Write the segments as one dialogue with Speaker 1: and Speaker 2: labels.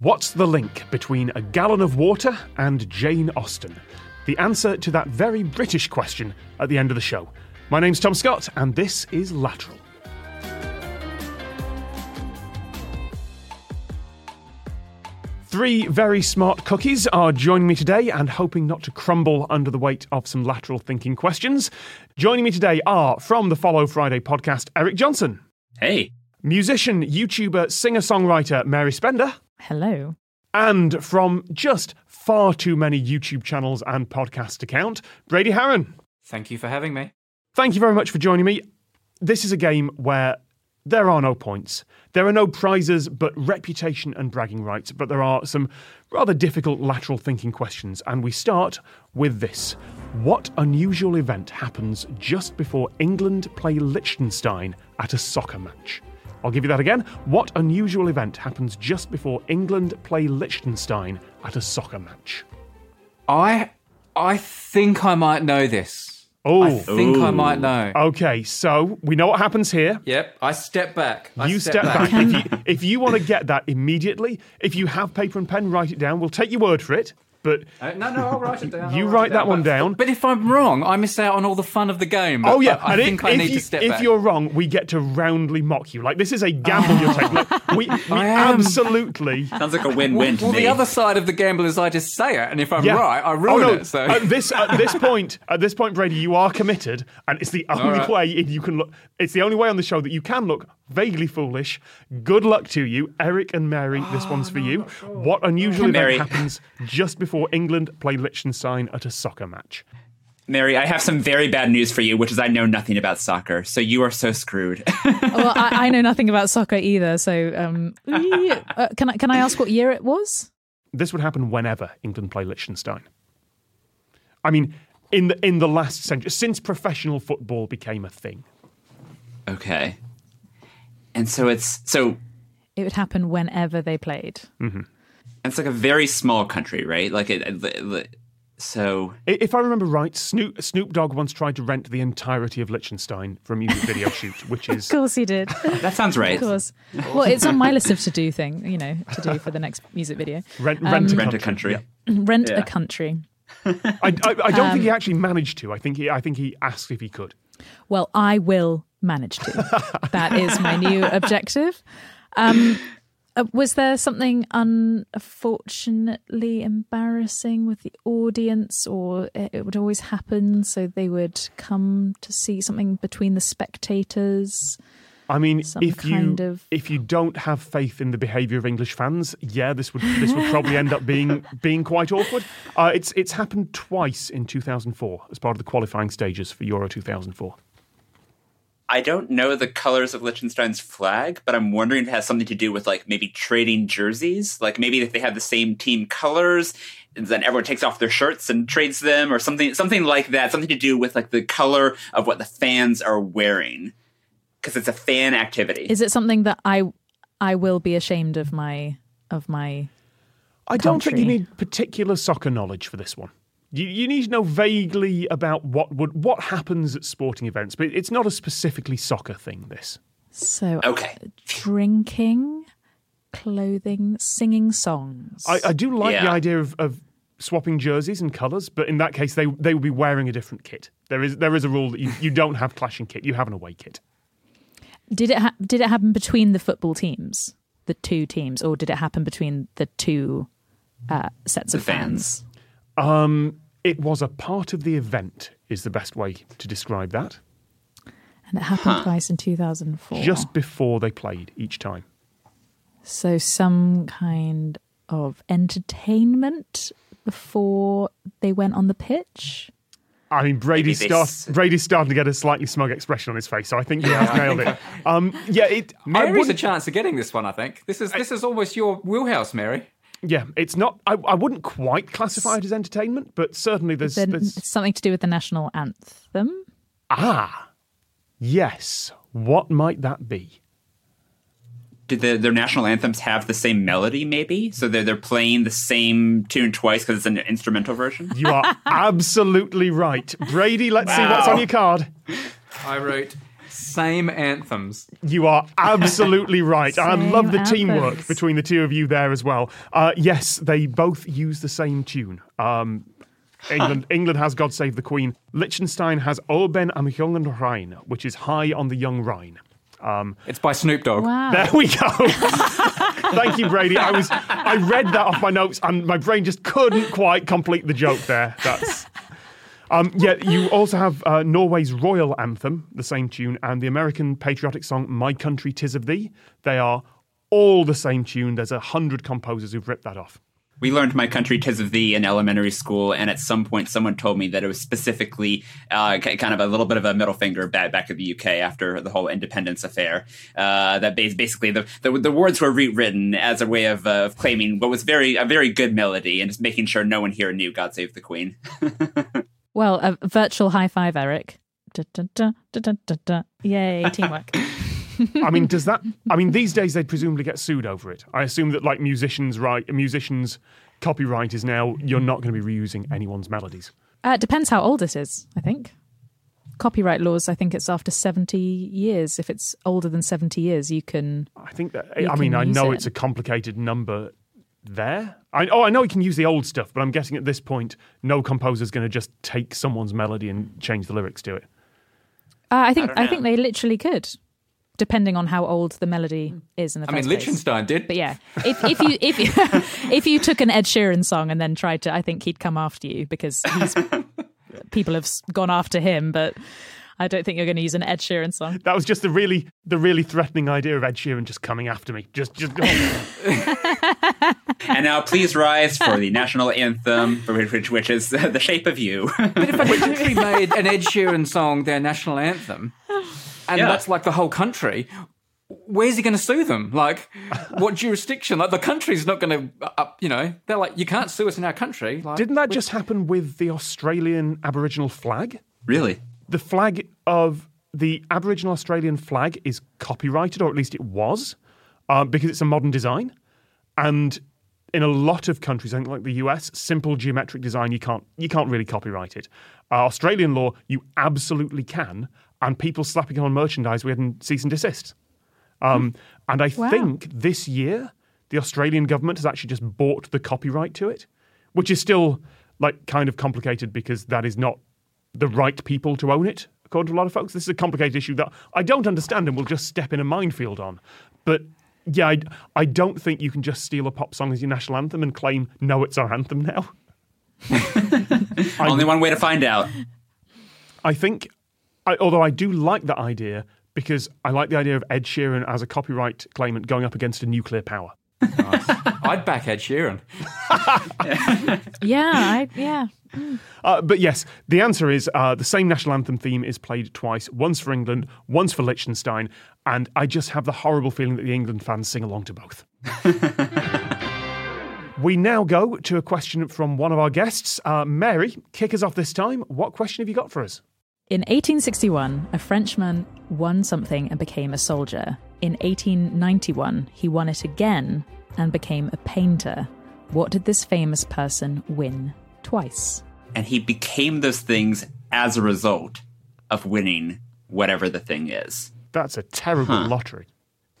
Speaker 1: What's the link between a gallon of water and Jane Austen? The answer to that very British question at the end of the show. My name's Tom Scott, and this is Lateral. Three very smart cookies are joining me today and hoping not to crumble under the weight of some lateral thinking questions. Joining me today are from the Follow Friday podcast, Eric Johnson,
Speaker 2: Hey.
Speaker 1: musician, YouTuber, singer songwriter Mary Spender.
Speaker 3: Hello.
Speaker 1: and from just far too many YouTube channels and podcast account, Brady Harron.
Speaker 2: Thank you for having me.
Speaker 1: Thank you very much for joining me. This is a game where there are no points. There are no prizes but reputation and bragging rights, but there are some rather difficult lateral thinking questions. And we start with this What unusual event happens just before England play Liechtenstein at a soccer match? I'll give you that again. What unusual event happens just before England play Liechtenstein at a soccer match?
Speaker 2: I I think I might know this.
Speaker 1: Oh,
Speaker 2: I think I might know.
Speaker 1: okay. So we know what happens here.
Speaker 2: Yep. I step back. I
Speaker 1: you step back. if you, if you want to get that immediately, if you have paper and pen, write it down. We'll take your word for it. But
Speaker 2: Uh, no, no, I'll write it down.
Speaker 1: You
Speaker 2: I'll
Speaker 1: write
Speaker 2: it
Speaker 1: that one
Speaker 2: But-
Speaker 1: down.
Speaker 2: But if I'm wrong, I miss out on all the fun of the game. But-
Speaker 1: oh yeah,
Speaker 2: but I
Speaker 1: and
Speaker 2: think
Speaker 1: if,
Speaker 2: I
Speaker 1: if
Speaker 2: need
Speaker 1: you,
Speaker 2: to step
Speaker 1: if
Speaker 2: back.
Speaker 1: you're wrong, we get to roundly mock you. Like this is a gamble you're taking. Like, we we
Speaker 2: am.
Speaker 1: absolutely.
Speaker 4: Sounds like a win-win
Speaker 2: well,
Speaker 4: to me.
Speaker 2: the other side of the gamble is I just say it, and if I'm
Speaker 1: Yeah.
Speaker 2: right, I
Speaker 1: oh,
Speaker 2: ruin
Speaker 1: no.
Speaker 2: it. So
Speaker 1: At this at this point, at this point, Brady, you are committed, and it's the only
Speaker 2: right.
Speaker 1: way you can look. It's the only way on the show that you can look vaguely foolish. Good luck to you, Eric and Mary. this
Speaker 2: Oh,
Speaker 1: one's for you. What unusual event
Speaker 4: Mary.
Speaker 1: happens just before England play Liechtenstein at a soccer match?
Speaker 4: Mary, I have some very bad news for you, which is I know nothing about soccer, so you are so screwed.
Speaker 3: Well, I, I know nothing about soccer either, so um, ee- uh, can I can I ask what year it was?
Speaker 1: This would happen whenever England play Liechtenstein. I mean, in the in the last century, since professional football became a thing.
Speaker 4: okay. And so it's so
Speaker 3: It would happen whenever they played.
Speaker 4: it's like a very small country, right? Like it, it- it- so
Speaker 1: I- If I remember right, Snoop, Snoop Dogg once tried to rent the entirety of Liechtenstein for a music video shoot, which is
Speaker 3: Of course, he did. Of
Speaker 4: that sounds right.
Speaker 3: course. Well, it's on my list of to do thing, you know, to do for the next music video. Um,
Speaker 1: rent, rent,
Speaker 4: Rent a country.
Speaker 3: Rent
Speaker 4: Yeah.
Speaker 3: a country.
Speaker 1: I, I, I don't think he
Speaker 3: Um,
Speaker 1: actually managed to. I think he, I think he asked if he could.
Speaker 3: Well, I will manage to. that is my new objective. Um, uh, was there something unfortunately embarrassing with the audience, or it it would always happen? So they would come to see something between the spectators.
Speaker 1: I mean,
Speaker 3: Some
Speaker 1: if you
Speaker 3: kind of-
Speaker 1: if you don't have faith in the behaviour of English fans, yeah, this would this would probably end up being being quite awkward. Uh, it's it's happened twice in 2004 as part of the qualifying stages for Euro 2004.
Speaker 4: I don't know the colors of Liechtenstein's flag, but I'm wondering if it has something to do with like maybe trading jerseys. Like maybe if they have the same team colors, and then everyone takes off their shirts and trades them, or something, something like that. Something to do with like the color of what the fans are wearing, because it's a fan activity.
Speaker 3: Is it something that I I will be ashamed of my of my?
Speaker 1: I don't think you
Speaker 3: Country.
Speaker 1: need particular soccer knowledge for this one. You, you need to know vaguely about what would what happens at sporting events, but it's not a specifically soccer thing. This
Speaker 3: So
Speaker 4: okay,
Speaker 3: drinking, clothing, singing songs.
Speaker 1: I, I do like the
Speaker 4: Yeah.
Speaker 1: idea of, of swapping jerseys and colours, but in that case, they they would be wearing a different kit. There is there is a rule that you, you don't have clashing kit; you have an away kit.
Speaker 3: Did it ha- did it happen between the football teams, the two teams, or did it happen between the two uh, sets of fans?
Speaker 4: fans.
Speaker 1: It was a part of the event. Is the best way to describe that.
Speaker 3: And it happened twice in two thousand four.
Speaker 1: Just before they played each time.
Speaker 3: so some kind of entertainment before they went on the pitch.
Speaker 1: I mean, Brady's,
Speaker 4: they
Speaker 1: start,
Speaker 4: s-
Speaker 1: Brady's starting to get a slightly smug expression on his face, so I think he has nailed it. Um, yeah, it. I
Speaker 2: Mary's a
Speaker 1: wouldn't-
Speaker 2: chance of getting this one. I think this is this is almost your wheelhouse, Mary.
Speaker 1: Yeah, it's not. I, I wouldn't quite classify it as entertainment, but certainly there's,
Speaker 3: Then
Speaker 1: there's
Speaker 3: it's something to do with the national anthem.
Speaker 1: ah, yes. What might that be?
Speaker 4: do the, their national anthems have the same melody? Maybe so they're they're playing the same tune twice because it's an instrumental version.
Speaker 1: You are absolutely right, Brady. Let's see what's
Speaker 4: Wow.
Speaker 1: on your card.
Speaker 2: I wrote Same anthems.
Speaker 1: You are absolutely right. I
Speaker 3: Same
Speaker 1: love the teamwork
Speaker 3: anthems.
Speaker 1: between the two of you there as well. Uh, yes, they both use the same tune. Um, England, England has God Save the Queen. Liechtenstein has Oben am Jungen Rhein, which is high on the young Rhine.
Speaker 2: It's by Snoop Dogg.
Speaker 3: Wow.
Speaker 1: There we go. Thank you, Brady. I was I read that off my notes, and my brain just couldn't quite complete the joke there. That's. Um, yeah, you also have uh, Norway's royal anthem, the same tune, and the American patriotic song "My Country 'Tis of Thee." They are all the same tune. There's a hundred composers who've ripped that off.
Speaker 4: We learned My Country Tis of Thee in elementary school, and at some point, someone told me that it was specifically uh, k- kind of a little bit of a middle finger back, back at the UK after the whole independence affair. Uh, that bas- basically the, the the words were rewritten as a way of, uh, of claiming what was very a very good melody and just making sure no one here knew God Save the Queen.
Speaker 3: Well, a virtual high five, Eric. Da, da, da, da, da, da, da. Yay, teamwork.
Speaker 1: I mean, does that? I mean, these days they'd presumably get sued over it. I assume that like musicians, right? Musicians, copyright is now you're not going to be reusing anyone's melodies.
Speaker 3: uh, depends how old it is, I think. Copyright laws, I think it's after 70 years. If it's older than 70 years, you can. uh,
Speaker 1: I think that.
Speaker 3: You
Speaker 1: I mean,
Speaker 3: can
Speaker 1: I
Speaker 3: use
Speaker 1: know
Speaker 3: it.
Speaker 1: it's a complicated number there. I, oh, I know you can use the old stuff, but I'm guessing at this point, no composer's going to just take someone's melody and change the lyrics to it.
Speaker 3: Uh, I think
Speaker 4: don't
Speaker 3: I,
Speaker 4: know.
Speaker 3: think they literally could, depending on how old the melody is in the
Speaker 2: I
Speaker 3: first
Speaker 2: mean,
Speaker 3: place.
Speaker 2: Liechtenstein did.
Speaker 3: But yeah, if, if you if you, if you took an Ed Sheeran song and then tried to, I think he'd come after you because he's people have s- gone after him. But I don't think you're going to use an Ed Sheeran song.
Speaker 1: That was just the really, the really threatening idea of Ed Sheeran just coming after me. Just, just.
Speaker 4: and now, please rise for the national anthem, which, which, which is uh, The Shape of You.
Speaker 2: But if a country made an Ed Sheeran song their national anthem, and
Speaker 4: Yeah.
Speaker 2: that's like the whole country, where's he going to sue them? Like, what jurisdiction? Like, the country's not going to, up. you know, they're like, you can't sue us in our country. Like,
Speaker 1: Didn't that just happen with the Australian Aboriginal flag?
Speaker 4: really?
Speaker 1: The flag of the Aboriginal Australian flag is copyrighted, or at least it was, uh, because it's a modern design. And in a lot of countries, I think like the US, simple geometric design you can't you can't really copyright it. Uh, Australian law you absolutely can, and people slapping it on merchandise we had in cease and desist. Um, and I
Speaker 3: Wow.
Speaker 1: think this year the Australian government has actually just bought the copyright to it, which is still like kind of complicated because that is not the right people to own it, according to a lot of folks. This is a complicated issue that I don't understand and will just step in a minefield on. But yeah, I, I don't think you can just steal a pop song as your national anthem and claim, no, it's our anthem now.
Speaker 4: Only one way to find out.
Speaker 1: I think, I, although I do like that idea because I like the idea of Ed Sheeran as a copyright claimant going up against a nuclear power.
Speaker 2: I'd back Ed Sheeran.
Speaker 3: Yeah, I, yeah.
Speaker 1: Uh, but yes, the answer is uh, the same national anthem theme is played twice, once for England, once for Liechtenstein, and I just have the horrible feeling that the England fans sing along to both. we now go to a question from one of our guests. Uh, Mary, kick us off this time. What question have you got for us?
Speaker 3: In 1861, a Frenchman won something and became a soldier. In 1891, he won it again and became a painter. What did this famous person win twice?
Speaker 4: and he became those things as a result of winning whatever the thing is.
Speaker 1: That's a terrible lottery.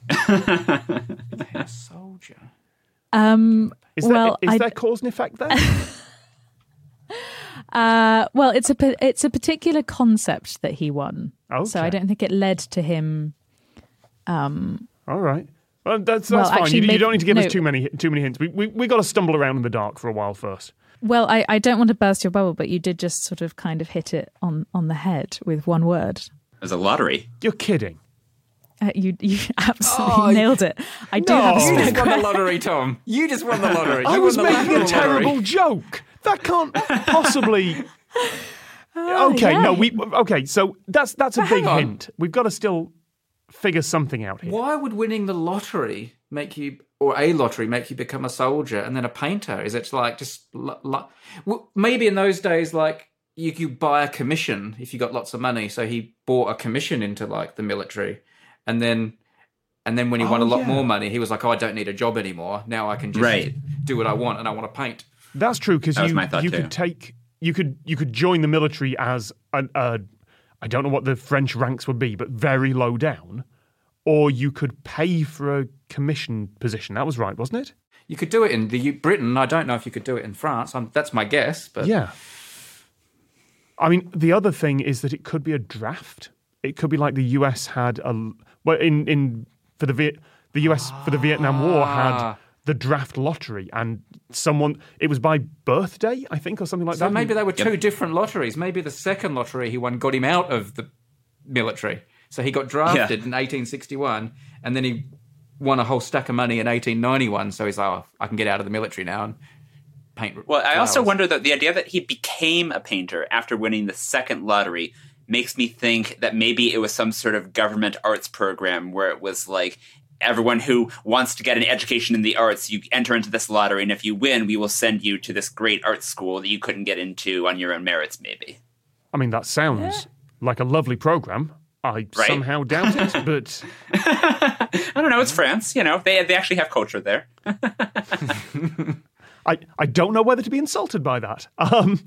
Speaker 2: A soldier.
Speaker 3: Um,
Speaker 1: Is,
Speaker 3: well,
Speaker 1: there, is
Speaker 3: I-
Speaker 1: there cause and effect there?
Speaker 3: Uh, well, it's a pa- it's a particular concept that he won. So
Speaker 1: Okay.
Speaker 3: I don't think it led to him.
Speaker 1: All right. Well, that's, that's
Speaker 3: Well,
Speaker 1: fine.
Speaker 3: actually,
Speaker 1: you, you
Speaker 3: make-
Speaker 1: don't need to give
Speaker 3: no.
Speaker 1: us too many too many hints. We we, we got to stumble around in the dark for a while first.
Speaker 3: Well, I, I don't want to burst your bubble, but you did just sort of kind of hit it on on the head with one word.
Speaker 4: It was a lottery.
Speaker 1: You're kidding.
Speaker 3: Uh, you you absolutely
Speaker 2: Oh,
Speaker 3: nailed it. I do have a
Speaker 2: You
Speaker 3: spare
Speaker 2: just won the lottery, Tom. You just won the lottery.
Speaker 1: I
Speaker 2: You
Speaker 1: was
Speaker 2: won the
Speaker 1: making a
Speaker 2: lottery.
Speaker 1: terrible joke. That can't possibly. okay, no,
Speaker 3: yeah.
Speaker 1: we okay. So that's that's a
Speaker 2: hang
Speaker 1: big
Speaker 2: on.
Speaker 1: hint. We've got to still figure something out here.
Speaker 2: Why would winning the lottery make you, or a lottery, make you become a soldier and then a painter? Is it like just lu- lu- well, maybe in those days, like you could buy a commission if you got lots of money? So he bought a commission into like the military, and then and then when he won a
Speaker 1: Oh,
Speaker 2: lot
Speaker 1: yeah.
Speaker 2: more money, he was like, "Oh, I don't need a job anymore. Now I can just
Speaker 4: Right.
Speaker 2: do what I want, and I want to paint."
Speaker 1: That's true because
Speaker 4: That was
Speaker 1: you
Speaker 4: my thought
Speaker 1: you
Speaker 4: too.
Speaker 1: could take you could you could join the military as an, a I don't know what the French ranks would be, but very low down. Or you could pay for a commission position. That was right, wasn't it?
Speaker 2: You could do it in the U- Britain. I don't know if you could do it in France. i that's my guess, but
Speaker 1: Yeah. I mean, the other thing is that it could be a draft. It could be like the US had a well in in for the Viet, the US for the Vietnam War had the draft lottery, and someone it was by birthday, I think, or something like
Speaker 2: so
Speaker 1: that.
Speaker 2: maybe they were two different lotteries. Maybe the second lottery he won got him out of the military. So he got drafted in 1861, and then he won a whole stack of money in 1891. So he's like, oh, I can get out of the military now and paint.
Speaker 4: Well, I also
Speaker 2: flowers."
Speaker 4: wonder that the idea that he became a painter after winning the second lottery makes me think that maybe it was some sort of government arts program where it was like everyone who wants to get an education in the arts, you enter into this lottery, and if you win, we will send you to this great art school that you couldn't get into on your own merits, maybe.
Speaker 1: I mean, that sounds like a lovely program. I
Speaker 4: Right.
Speaker 1: somehow doubt it, but
Speaker 4: I don't know. It's France, you know. They they actually have culture there.
Speaker 1: I, I don't know whether to be insulted by that. Um,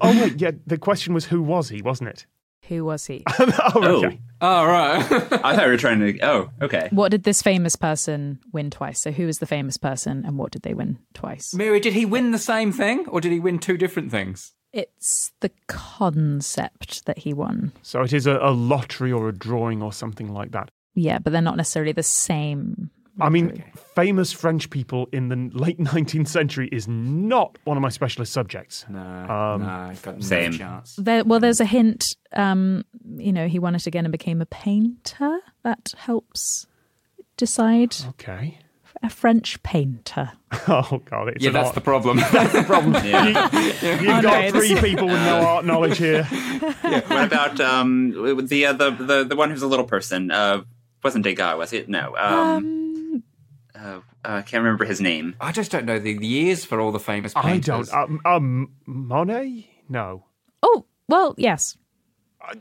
Speaker 1: oh wait, yeah. The question was who was he, wasn't it?
Speaker 3: Who was he?
Speaker 1: oh, okay.
Speaker 2: Oh, right.
Speaker 4: I thought we were trying to. Oh, okay.
Speaker 3: what did this famous person win twice? So, who was the famous person and what did they win twice?
Speaker 2: Mary, did he win the same thing or did he win two different things?
Speaker 3: It's the concept that he won.
Speaker 1: So it is a, a lottery or a drawing or something like that.
Speaker 3: Yeah, but they're not necessarily the same.
Speaker 1: I mean, famous French people in the late 19th century is not one of my specialist subjects.
Speaker 2: No,
Speaker 1: Um,
Speaker 2: no, I've got
Speaker 4: Same.
Speaker 2: no chance.
Speaker 3: There, well, there's a hint. Um, you know, he won it again and became a painter. That helps decide.
Speaker 1: Okay.
Speaker 3: A French painter.
Speaker 1: Oh, God. It's
Speaker 2: Yeah,
Speaker 1: an
Speaker 2: that's
Speaker 1: art.
Speaker 2: the problem.
Speaker 1: problem. You, have
Speaker 3: Oh,
Speaker 1: got
Speaker 3: no,
Speaker 1: three
Speaker 3: this-
Speaker 1: people with no art knowledge here.
Speaker 4: What about um the uh, the the the one who's a little person? Uh, wasn't Degas? Was it? No. Um, uh, I can't remember his name.
Speaker 2: I just don't know the years for all the famous painters.
Speaker 1: I don't. Um, um, Monet? No. Uh,
Speaker 3: Oh, well, yes.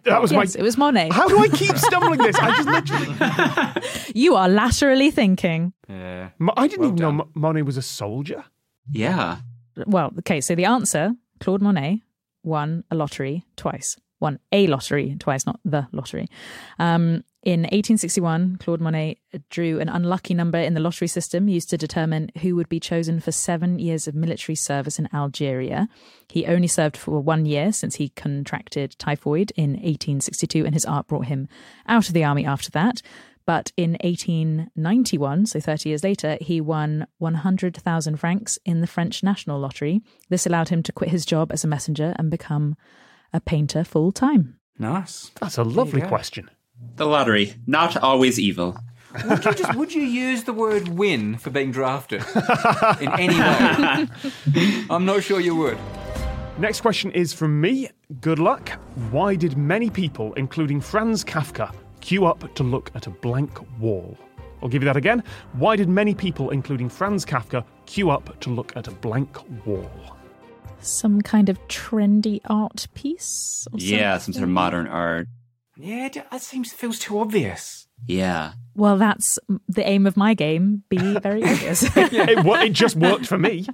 Speaker 1: That was
Speaker 3: Yes,
Speaker 1: my.
Speaker 3: it was Monet.
Speaker 1: How do I keep stumbling this? I just literally.
Speaker 3: You are laterally thinking.
Speaker 2: Yeah.
Speaker 1: Mo- I didn't
Speaker 2: Well
Speaker 1: even
Speaker 2: done.
Speaker 1: know Mo- Monet was a soldier.
Speaker 4: Yeah.
Speaker 3: Well, okay, so the answer Claude Monet won a lottery twice, won a lottery twice, not the lottery. Um, in 1861, Claude Monet drew an unlucky number in the lottery system used to determine who would be chosen for seven years of military service in Algeria. He only served for one year since he contracted typhoid in 1862, and his art brought him out of the army after that. But in 1891, so 30 years later, he won 100,000 francs in the French National Lottery. This allowed him to quit his job as a messenger and become a painter full time.
Speaker 2: Nice.
Speaker 1: That's a lovely
Speaker 2: go.
Speaker 1: question.
Speaker 4: The lottery, not always evil.
Speaker 2: Would you just would you use the word win for being drafted in any way? I'm not sure you would.
Speaker 1: Next question is from me. Good luck. Why did many people, including Franz Kafka, queue up to look at a blank wall? I'll give you that again. Why did many people, including Franz Kafka, queue up to look at a blank wall?
Speaker 3: Some kind of trendy art piece? Or
Speaker 4: Yeah, some sort of
Speaker 3: something?
Speaker 4: modern art.
Speaker 2: Yeah, d- that seems feels too obvious.
Speaker 4: Yeah.
Speaker 3: Well, that's the aim of my game be very obvious.
Speaker 1: it, wo- it just worked for me.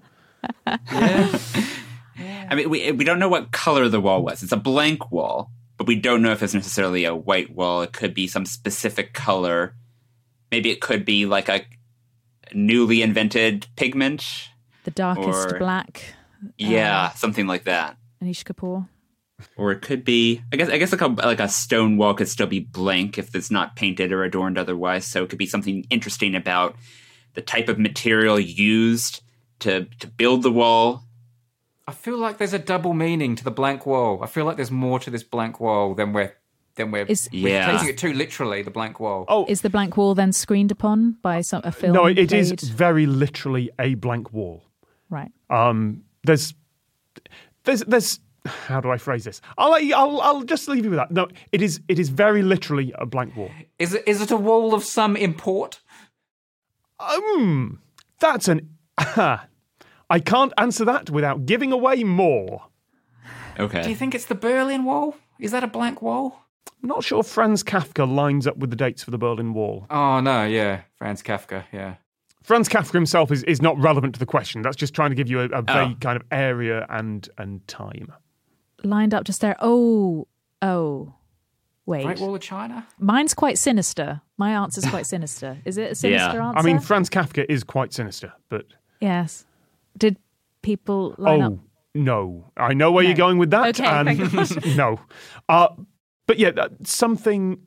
Speaker 4: I mean, we we don't know what color the wall was. It's a blank wall, but we don't know if it's necessarily a white wall. It could be some specific color. Maybe it could be like a newly invented pigment.
Speaker 3: the darkest
Speaker 4: Or-
Speaker 3: black,
Speaker 4: Yeah, something like that.
Speaker 3: Anish Kapoor.
Speaker 4: or it could be i guess i guess like a, like a stone wall could still be blank if it's not painted or adorned otherwise so it could be something interesting about the type of material used to to build the wall
Speaker 2: I feel like there's a double meaning to the blank wall. I feel like there's more to this blank wall than we're than we're,
Speaker 3: Is-
Speaker 2: we're
Speaker 4: Yeah.
Speaker 2: taking it too literally. The blank wall.
Speaker 1: Oh,
Speaker 3: Is the blank wall then screened upon by some, a film?
Speaker 1: no, it- it is
Speaker 3: played?
Speaker 1: very literally a blank wall.
Speaker 3: Right.
Speaker 1: Um, there's, there's, there's. How do I phrase this? I'll, let you, I'll, I'll just leave you with that. No, it is, it is very literally a blank wall.
Speaker 2: Is it is it a wall of some import?
Speaker 1: Um, that's an. I can't answer that without giving away more.
Speaker 4: okay
Speaker 2: Do you think it's the Berlin Wall? Is that a blank wall?
Speaker 1: I'm not sure Franz Kafka lines up with the dates for the Berlin Wall.
Speaker 2: Oh no, yeah, Franz Kafka, yeah.
Speaker 1: Franz Kafka himself is, is not relevant to the question. That's just trying to give you a, a vague kind of area and and time.
Speaker 3: lined up just there. Oh, Oh, wait.
Speaker 2: Great Wall of China?
Speaker 3: Mine's quite sinister. My answer's quite sinister. Is it a sinister
Speaker 5: Yeah.
Speaker 3: answer?
Speaker 1: I mean, Franz Kafka is quite sinister, but
Speaker 3: yes. Did people line up?
Speaker 1: oh no, I know where
Speaker 3: No.
Speaker 1: you're going with that.
Speaker 3: Okay,
Speaker 1: and no, uh, but yeah, that, something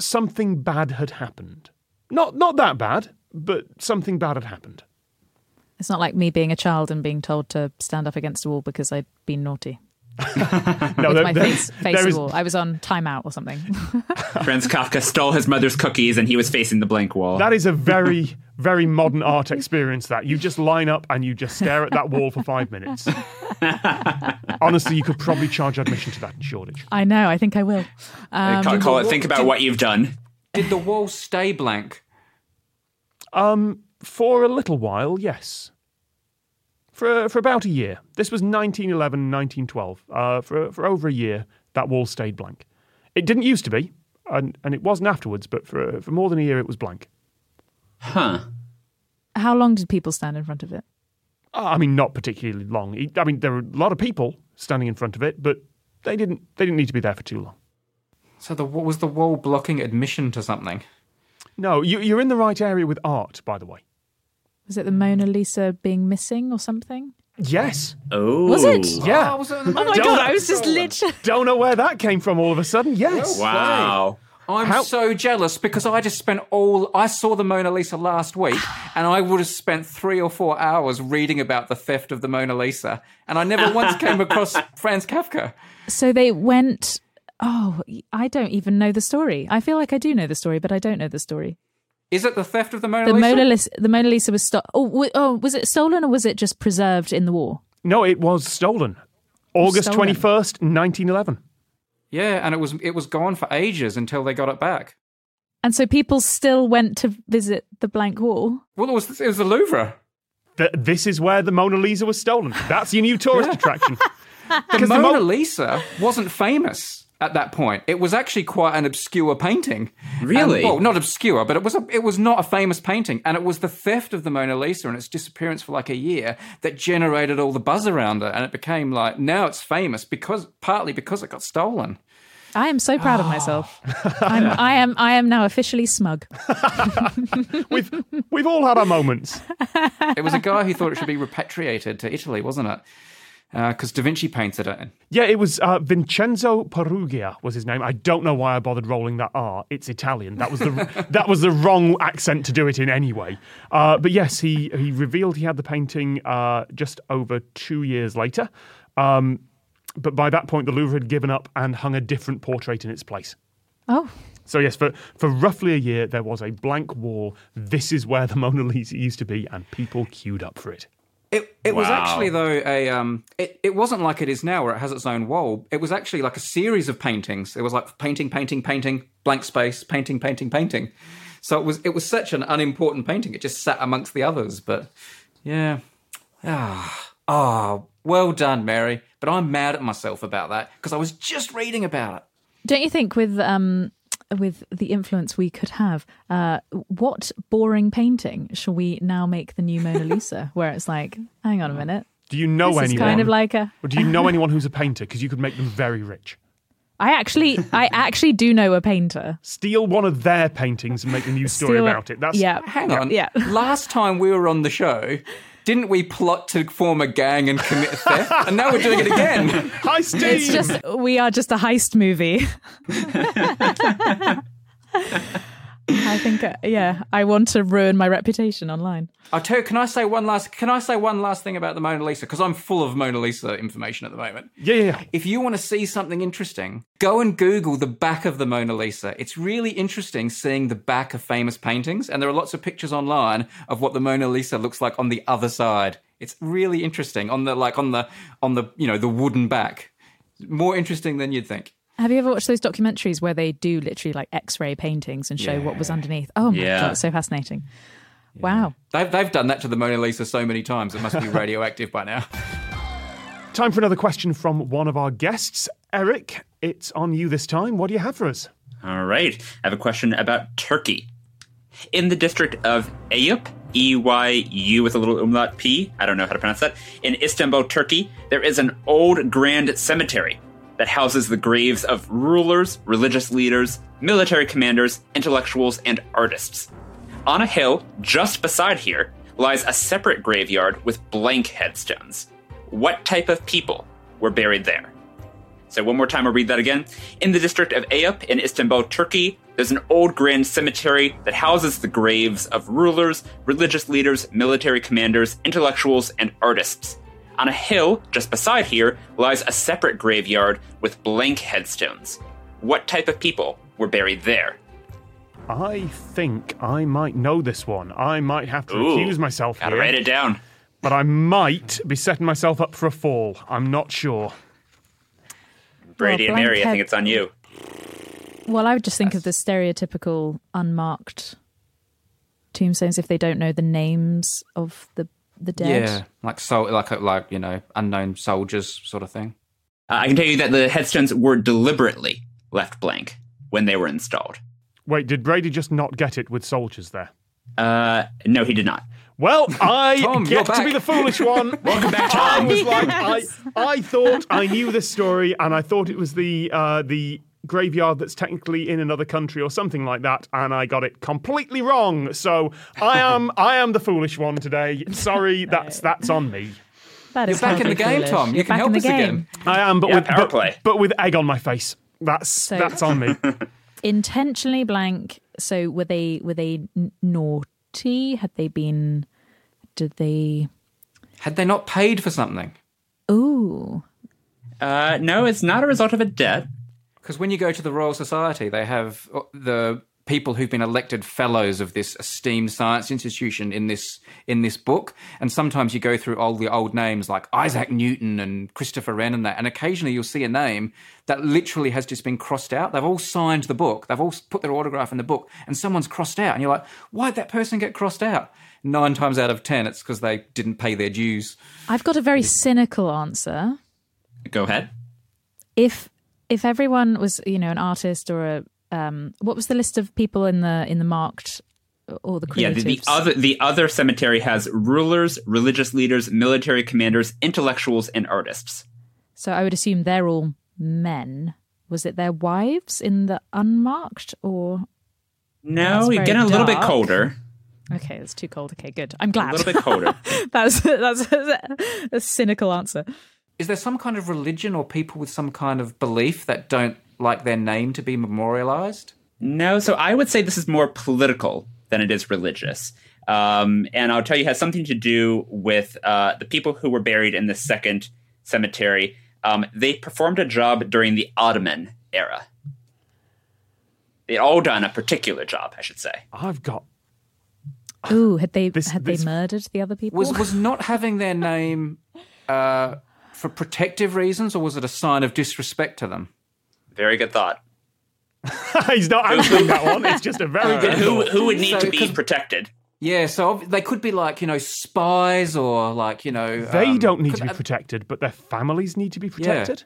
Speaker 1: something bad had happened. Not not that bad, but something bad had happened.
Speaker 3: It's not like me being a child and being told to stand up against a wall because I'd been naughty.
Speaker 1: No,
Speaker 3: With
Speaker 1: there-
Speaker 3: my
Speaker 1: there-
Speaker 3: face, face
Speaker 1: there
Speaker 3: a
Speaker 1: is-
Speaker 3: wall. I was on timeout or something.
Speaker 4: Franz Kafka stole his mother's cookies and he was facing the blank wall.
Speaker 1: That is a very, very modern art experience. That you just line up and you just stare at that wall for five minutes. Honestly, you could probably charge admission to that in Shoreditch.
Speaker 3: I know. I think I will.
Speaker 4: I ca- Uh, call it think about what you've done.
Speaker 2: Did the wall stay blank?
Speaker 1: For a little while, yes. For for about a year. This was 1911, 1912. Uh, for for over a year, that wall stayed blank. It didn't used to be, and and it wasn't afterwards. But for for more than a year, it was blank.
Speaker 4: Huh.
Speaker 3: How long did people stand in front of it?
Speaker 1: Uh, I mean, not particularly long. It- I mean, there were a lot of people standing in front of it, but they didn't they didn't need to be there for too long.
Speaker 2: So the wa- was the wall blocking admission to something?
Speaker 1: No, you, you're in the right area with art, by the way.
Speaker 3: Was it the Mona Lisa being missing or something?
Speaker 1: Yes.
Speaker 4: Oh.
Speaker 3: Was it?
Speaker 1: Yeah.
Speaker 2: Oh, was it in the
Speaker 3: Oh my
Speaker 1: Don't-
Speaker 3: god! I was just literally.
Speaker 1: Don't know where that came from all of a
Speaker 2: Oh,
Speaker 1: sudden. Yes.
Speaker 4: Oh, Wow.
Speaker 2: I'm
Speaker 1: How-
Speaker 2: so jealous because I just spent all I saw the Mona Lisa last week and I would have spent 3 or 4 hours reading about the theft of the Mona Lisa and I never once came across Franz Kafka.
Speaker 3: So they went. Oh, I don't even know the story. I feel like I do know the story, but I don't know the story.
Speaker 2: Is it the theft of the Mona
Speaker 3: The
Speaker 2: Lisa?
Speaker 3: Mona Lisa. The Mona Lisa was stolen. Oh, w- oh, was it stolen or was it just preserved in the war?
Speaker 1: No, it was stolen. August
Speaker 3: Stolen.
Speaker 1: 21st, 1911.
Speaker 2: yeah, and it was it was gone for ages until they got it back.
Speaker 3: And so people still went to visit the blank wall.
Speaker 2: Well, it was it was the Louvre.
Speaker 1: Th- this is where the Mona Lisa was stolen. That's your new tourist attraction.
Speaker 2: The
Speaker 1: the
Speaker 2: Mona
Speaker 1: Mo-
Speaker 2: Lisa wasn't famous at that point. It was actually quite an obscure painting.
Speaker 4: Really?
Speaker 2: And- well, not obscure, but it was a, it was not a famous painting, and it was the theft of the Mona Lisa and its disappearance for like a year that generated all the buzz around it, and it became like now it's famous because partly because it got stolen.
Speaker 3: I am so proud of myself. I'm, I am. I am now officially smug.
Speaker 1: We've, we've all had our moments.
Speaker 2: It was a guy who thought it should be repatriated to Italy, wasn't it? Because Da Vinci painted it.
Speaker 1: Yeah, it was uh, Vincenzo Perugia was his name. I don't know why I bothered rolling that R. It's Italian. That was the that was the wrong accent to do it in anyway. Uh, but yes, he he revealed he had the painting uh, just over two years later. Um, but by that point, the Louvre had given up and hung a different portrait in its place.
Speaker 3: Oh,
Speaker 1: So yes, for, for roughly a year, there was a blank wall. This is where the Mona Lisa used to be, and people queued up for it.
Speaker 2: It, it was
Speaker 4: Wow.
Speaker 2: actually though a um it, it wasn't like it is now where it has its own wall. It was actually like a series of paintings. It was like painting, painting, painting, blank space, painting, painting, painting. So it was it was such an unimportant painting. It just sat amongst the others. But yeah, ah, ah, well done, Mary. But I'm mad at myself about that because I was just reading about it.
Speaker 3: Don't you think with um with the influence we could have, uh, what boring painting shall we now make the new Mona Lisa? Where it's like, hang on a minute,
Speaker 1: Do you know
Speaker 3: this
Speaker 1: anyone?
Speaker 3: is kind of like a.
Speaker 1: Or do you know anyone who's a painter? Because you could make them very rich.
Speaker 3: I actually, I actually do know a painter.
Speaker 1: Steal one of their paintings and make a news story
Speaker 3: Steal a-
Speaker 1: about it. That's
Speaker 3: yeah,
Speaker 2: Hang on.
Speaker 3: yeah.
Speaker 2: Last time we were on the show, didn't we plot to form a gang and commit theft? and now we're doing it again.
Speaker 1: Hi, Steve.
Speaker 3: It's just we are just a heist movie. I think, uh, yeah, I want to ruin my reputation online.
Speaker 2: I'll tell you, can I say one last can I say one last thing about the Mona Lisa? Because I'm full of Mona Lisa information at the moment.
Speaker 1: yeah, yeah, yeah.
Speaker 2: If you want to see something interesting, go and Google the back of the Mona Lisa. It's really interesting seeing the back of famous paintings, and there are lots of pictures online of what the Mona Lisa looks like on the other side. It's really interesting on the like on the on the you know the wooden back. More interesting than you'd think.
Speaker 3: Have you ever watched those documentaries where they do literally like X-ray paintings and show what was underneath? Oh my
Speaker 4: Yeah.
Speaker 3: god, it's so fascinating! Wow.
Speaker 2: They've, they've done that to the Mona Lisa so many times, it must be radioactive by now.
Speaker 1: Time for another question from one of our guests, Eric. It's on you this time. What do you have for us?
Speaker 4: All right. I have a question about Turkey. In the district of Eyüp, E Y U with a little umlaut P, I don't know how to pronounce that, in Istanbul, Turkey, there is an old grand cemetery. that houses the graves of rulers, religious leaders, military commanders, intellectuals, and artists. On a hill just beside here lies a separate graveyard with blank headstones. What type of people were buried there? So, one more time, I'll read that again. In the district of Eyüp in Istanbul, Turkey, there's an old grand cemetery that houses the graves of rulers, religious leaders, military commanders, intellectuals, and artists. On a hill just beside here lies a separate graveyard with blank headstones. What type of people were buried there?
Speaker 1: I think I might know this one. I might have to
Speaker 4: Ooh,
Speaker 1: accuse myself
Speaker 4: Gotta
Speaker 1: here,
Speaker 4: write it down.
Speaker 1: but I might be setting myself up for a fall. I'm not sure.
Speaker 4: Brady and
Speaker 3: blank
Speaker 4: Mary, I
Speaker 3: head-
Speaker 4: think it's on you.
Speaker 3: Well, I would just think of the stereotypical unmarked tombstones if they don't know the names of the the dead.
Speaker 2: Yeah, like sol- like like you know, unknown soldiers sort of thing.
Speaker 4: Uh, I can tell you that the headstones were deliberately left blank when they were installed.
Speaker 1: Wait, did Brady just not get it with soldiers there?
Speaker 4: Uh, no, he did not.
Speaker 1: Well, I
Speaker 2: Tom, you're
Speaker 1: get to be
Speaker 2: back.
Speaker 1: the foolish one. Welcome back, I was like, I, I thought I knew this story, and I thought it was the uh, the graveyard that's technically in another country or something like that, and I got it completely wrong. So I am I am the foolish one today. Sorry, that's that's on me.
Speaker 3: That is
Speaker 2: You're back in
Speaker 3: hardly
Speaker 2: the game,
Speaker 3: foolish.
Speaker 2: Tom. You
Speaker 3: You're
Speaker 2: can
Speaker 3: back
Speaker 2: help
Speaker 3: in the
Speaker 2: us again.
Speaker 3: game.
Speaker 1: I am, but
Speaker 4: Yeah,
Speaker 1: with
Speaker 4: power
Speaker 1: but,
Speaker 4: play.
Speaker 1: but with egg on my face. That's that's on me.
Speaker 3: Intentionally blank. So were they were they n- naughty? Had they been? Did they?
Speaker 2: Had they not paid for something?
Speaker 3: Ooh,
Speaker 4: Uh, no, it's not a result of a debt.
Speaker 2: Because when you go to the Royal Society, they have uh, the people who've been elected fellows of this esteemed science institution in this in this book. And sometimes you go through all the old names like Isaac Newton and Christopher Wren and that. And occasionally you'll see a name that literally has just been crossed out. They've all signed the book. They've all put their autograph in the book, and someone's crossed out. And you're like, why'd that person get crossed out? Nine times out of ten, it's because they didn't pay their dues.
Speaker 3: I've got a very cynical answer.
Speaker 4: Go ahead.
Speaker 3: if if everyone was you know an artist or a um what was the list of people in the in the marked uh, or the
Speaker 4: Yeah,
Speaker 3: creatives
Speaker 4: the, the other the other cemetery has rulers, religious leaders, military commanders, intellectuals, and artists.
Speaker 3: so i would assume they're all men was it their wives in the unmarked or
Speaker 4: No,
Speaker 3: That's
Speaker 4: you're
Speaker 3: very
Speaker 4: getting a little bit
Speaker 3: dark.
Speaker 4: colder.
Speaker 3: okay it's too cold okay good i'm
Speaker 4: A
Speaker 3: glad
Speaker 4: little bit colder.
Speaker 3: that's that's a, cynical answer
Speaker 2: is there some kind of religion or people with some kind of belief that don't like their name to be memorialized?
Speaker 4: No, so I would say this is more political than it is religious. Um, and I'll tell you, it has something to do with uh, the people who were buried in the second cemetery. Um, they performed a job during the Ottoman era. They all done a particular job, I should say.
Speaker 1: I've got
Speaker 3: ooh had they
Speaker 1: This-
Speaker 3: had
Speaker 1: this-
Speaker 3: they murdered the other people
Speaker 2: Was was not having their name uh, for protective reasons, or was it a sign of disrespect to them?
Speaker 4: Very good thought.
Speaker 1: he's not answering that one. It's just a very good
Speaker 4: Who, who would need
Speaker 2: So,
Speaker 4: to be
Speaker 2: because-
Speaker 4: protected?
Speaker 2: Yeah, so ob- they could be like you know spies or like you know um,
Speaker 1: They don't need to be protected, but their families need to be protected.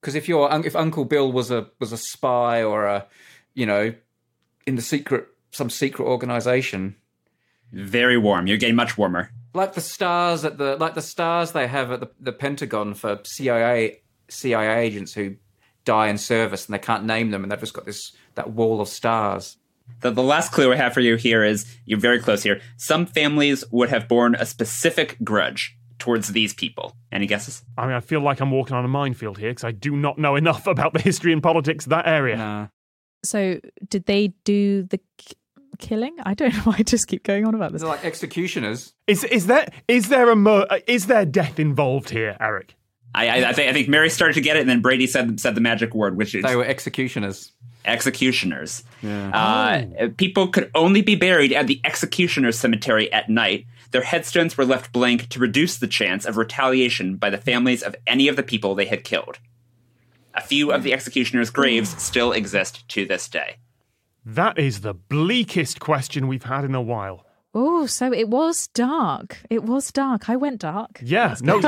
Speaker 2: because if your un- if Uncle Bill was a was a spy or a you know in the secret some secret organization,
Speaker 4: Very warm. You're getting much warmer.
Speaker 2: like the stars at the like the stars they have at the, the Pentagon for CIA CIA agents who die in service and they can't name them and they've just got this that wall of stars.
Speaker 4: The, the last clue I have for you here is you're very close here. Some families would have borne a specific grudge towards these people. Any guesses?
Speaker 1: I mean, I feel like I'm walking on a minefield here because I do not know enough about the history and politics of that area.
Speaker 2: Nah.
Speaker 3: so did they do the k- killing i don't know why i just keep going on about this
Speaker 2: They're like executioners.
Speaker 1: Is is there is there a mur- uh, is there death involved here, Eric?
Speaker 4: I, I, I, think, I think Mary started to get it, and then Brady said said the magic word, which is
Speaker 2: They were executioners.
Speaker 4: executioners. Uh, People could only be buried at the executioner's cemetery at night. Their headstones were left blank to reduce the chance of retaliation by the families of any of the people they had killed. A few of the executioners' graves still exist to this day.
Speaker 1: That is the bleakest question we've had in a while.
Speaker 3: Oh, so it was dark. It was dark. I went dark.
Speaker 1: Yeah, no,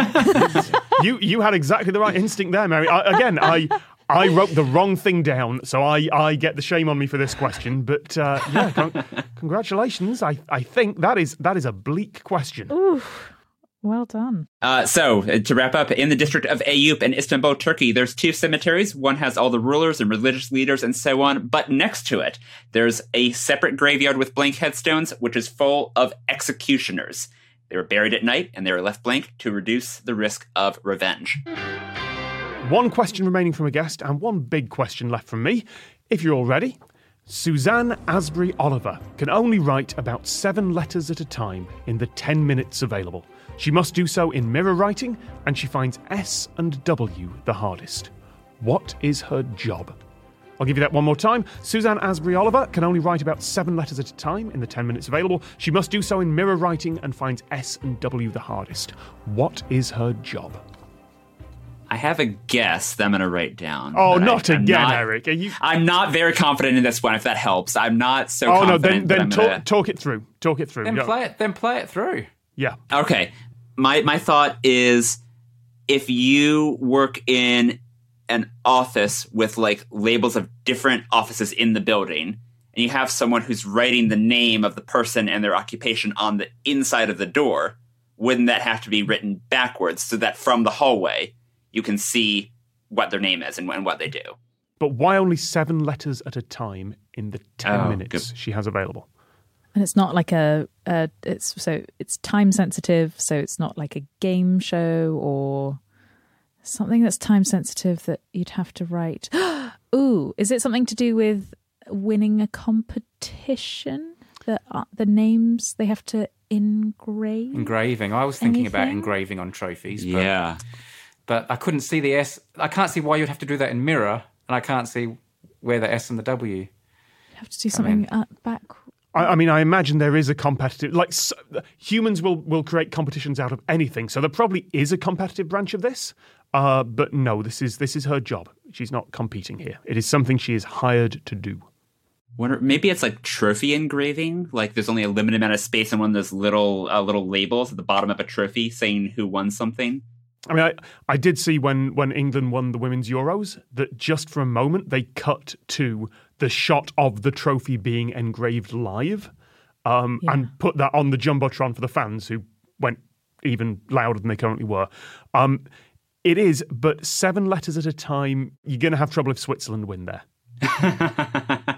Speaker 1: you you had exactly the right instinct there, Mary. I, again, I I wrote the wrong thing down, so I I get the shame on me for this question. But uh, yeah, con- congratulations. I I think that is that is a bleak question.
Speaker 3: Well done.
Speaker 4: Uh, so, uh, to wrap up, in the district of Eyüp in Istanbul, Turkey, there's two cemeteries. One has all the rulers and religious leaders and so on, but next to it, there's a separate graveyard with blank headstones, which is full of executioners. They were buried at night and they were left blank to reduce the risk of revenge.
Speaker 1: One question remaining from a guest and one big question left from me. If you're all ready, Suzanne Asbury Oliver can only write about seven letters at a time in the 10 minutes available. She must do so in mirror writing, and she finds S and W the hardest. What is her job? I'll give you that one more time. Suzanne Asbury Oliver can only write about seven letters at a time in the 10 minutes available. She must do so in mirror writing and finds S and W the hardest. What is her job?
Speaker 4: I have a guess that I'm going to write down.
Speaker 1: Oh,
Speaker 4: but I-
Speaker 1: not
Speaker 4: I'm
Speaker 1: again,
Speaker 4: not-
Speaker 1: Eric. Are you-
Speaker 4: I'm not very confident in this one, if that helps. I'm not so
Speaker 1: Oh, no, then,
Speaker 4: confident. that
Speaker 1: then
Speaker 4: I'm
Speaker 1: talk,
Speaker 4: gonna-
Speaker 1: talk it through. Talk it through.
Speaker 2: Then
Speaker 1: Yeah.
Speaker 2: play it. Then play it through.
Speaker 1: yeah.
Speaker 4: Okay. My my thought is if you work in an office with like labels of different offices in the building and you have someone who's writing the name of the person and their occupation on the inside of the door, wouldn't that have to be written backwards so that from the hallway you can see what their name is and, and what they do?
Speaker 1: But why only seven letters at a time in the 10
Speaker 4: Oh,
Speaker 1: minutes she has available?
Speaker 3: And it's not like a, a it's so it's time sensitive, so it's not like a game show or something that's time sensitive that you'd have to write. Ooh, is it something to do with winning a competition? The uh, the names they have to engrave.
Speaker 2: Engraving. I was thinking about
Speaker 3: Anything?
Speaker 2: engraving on trophies. But,
Speaker 4: Yeah.
Speaker 2: but I couldn't see the S. I can't see why you'd have to do that in mirror, and I can't see where the S and the W.
Speaker 3: You have to do something uh, back.
Speaker 1: I, I mean, I imagine there is a competitive. Like s humans will will create competitions out of anything, so there probably is a competitive branch of this. Uh, but no, this is this is her job. She's not competing here. It is something she is hired to do.
Speaker 4: Wonder, maybe it's like trophy engraving. Like there's only a limited amount of space on one of those little uh, little labels at the bottom of a trophy saying who won something.
Speaker 1: I mean, I, I did see when when England won the women's Euros that just for a moment they cut to the shot of the trophy being engraved live, um, and put that on the jumbotron for the fans who went even louder than they currently were. Um, it is, but seven letters at a time. You're going to have trouble if Switzerland win there.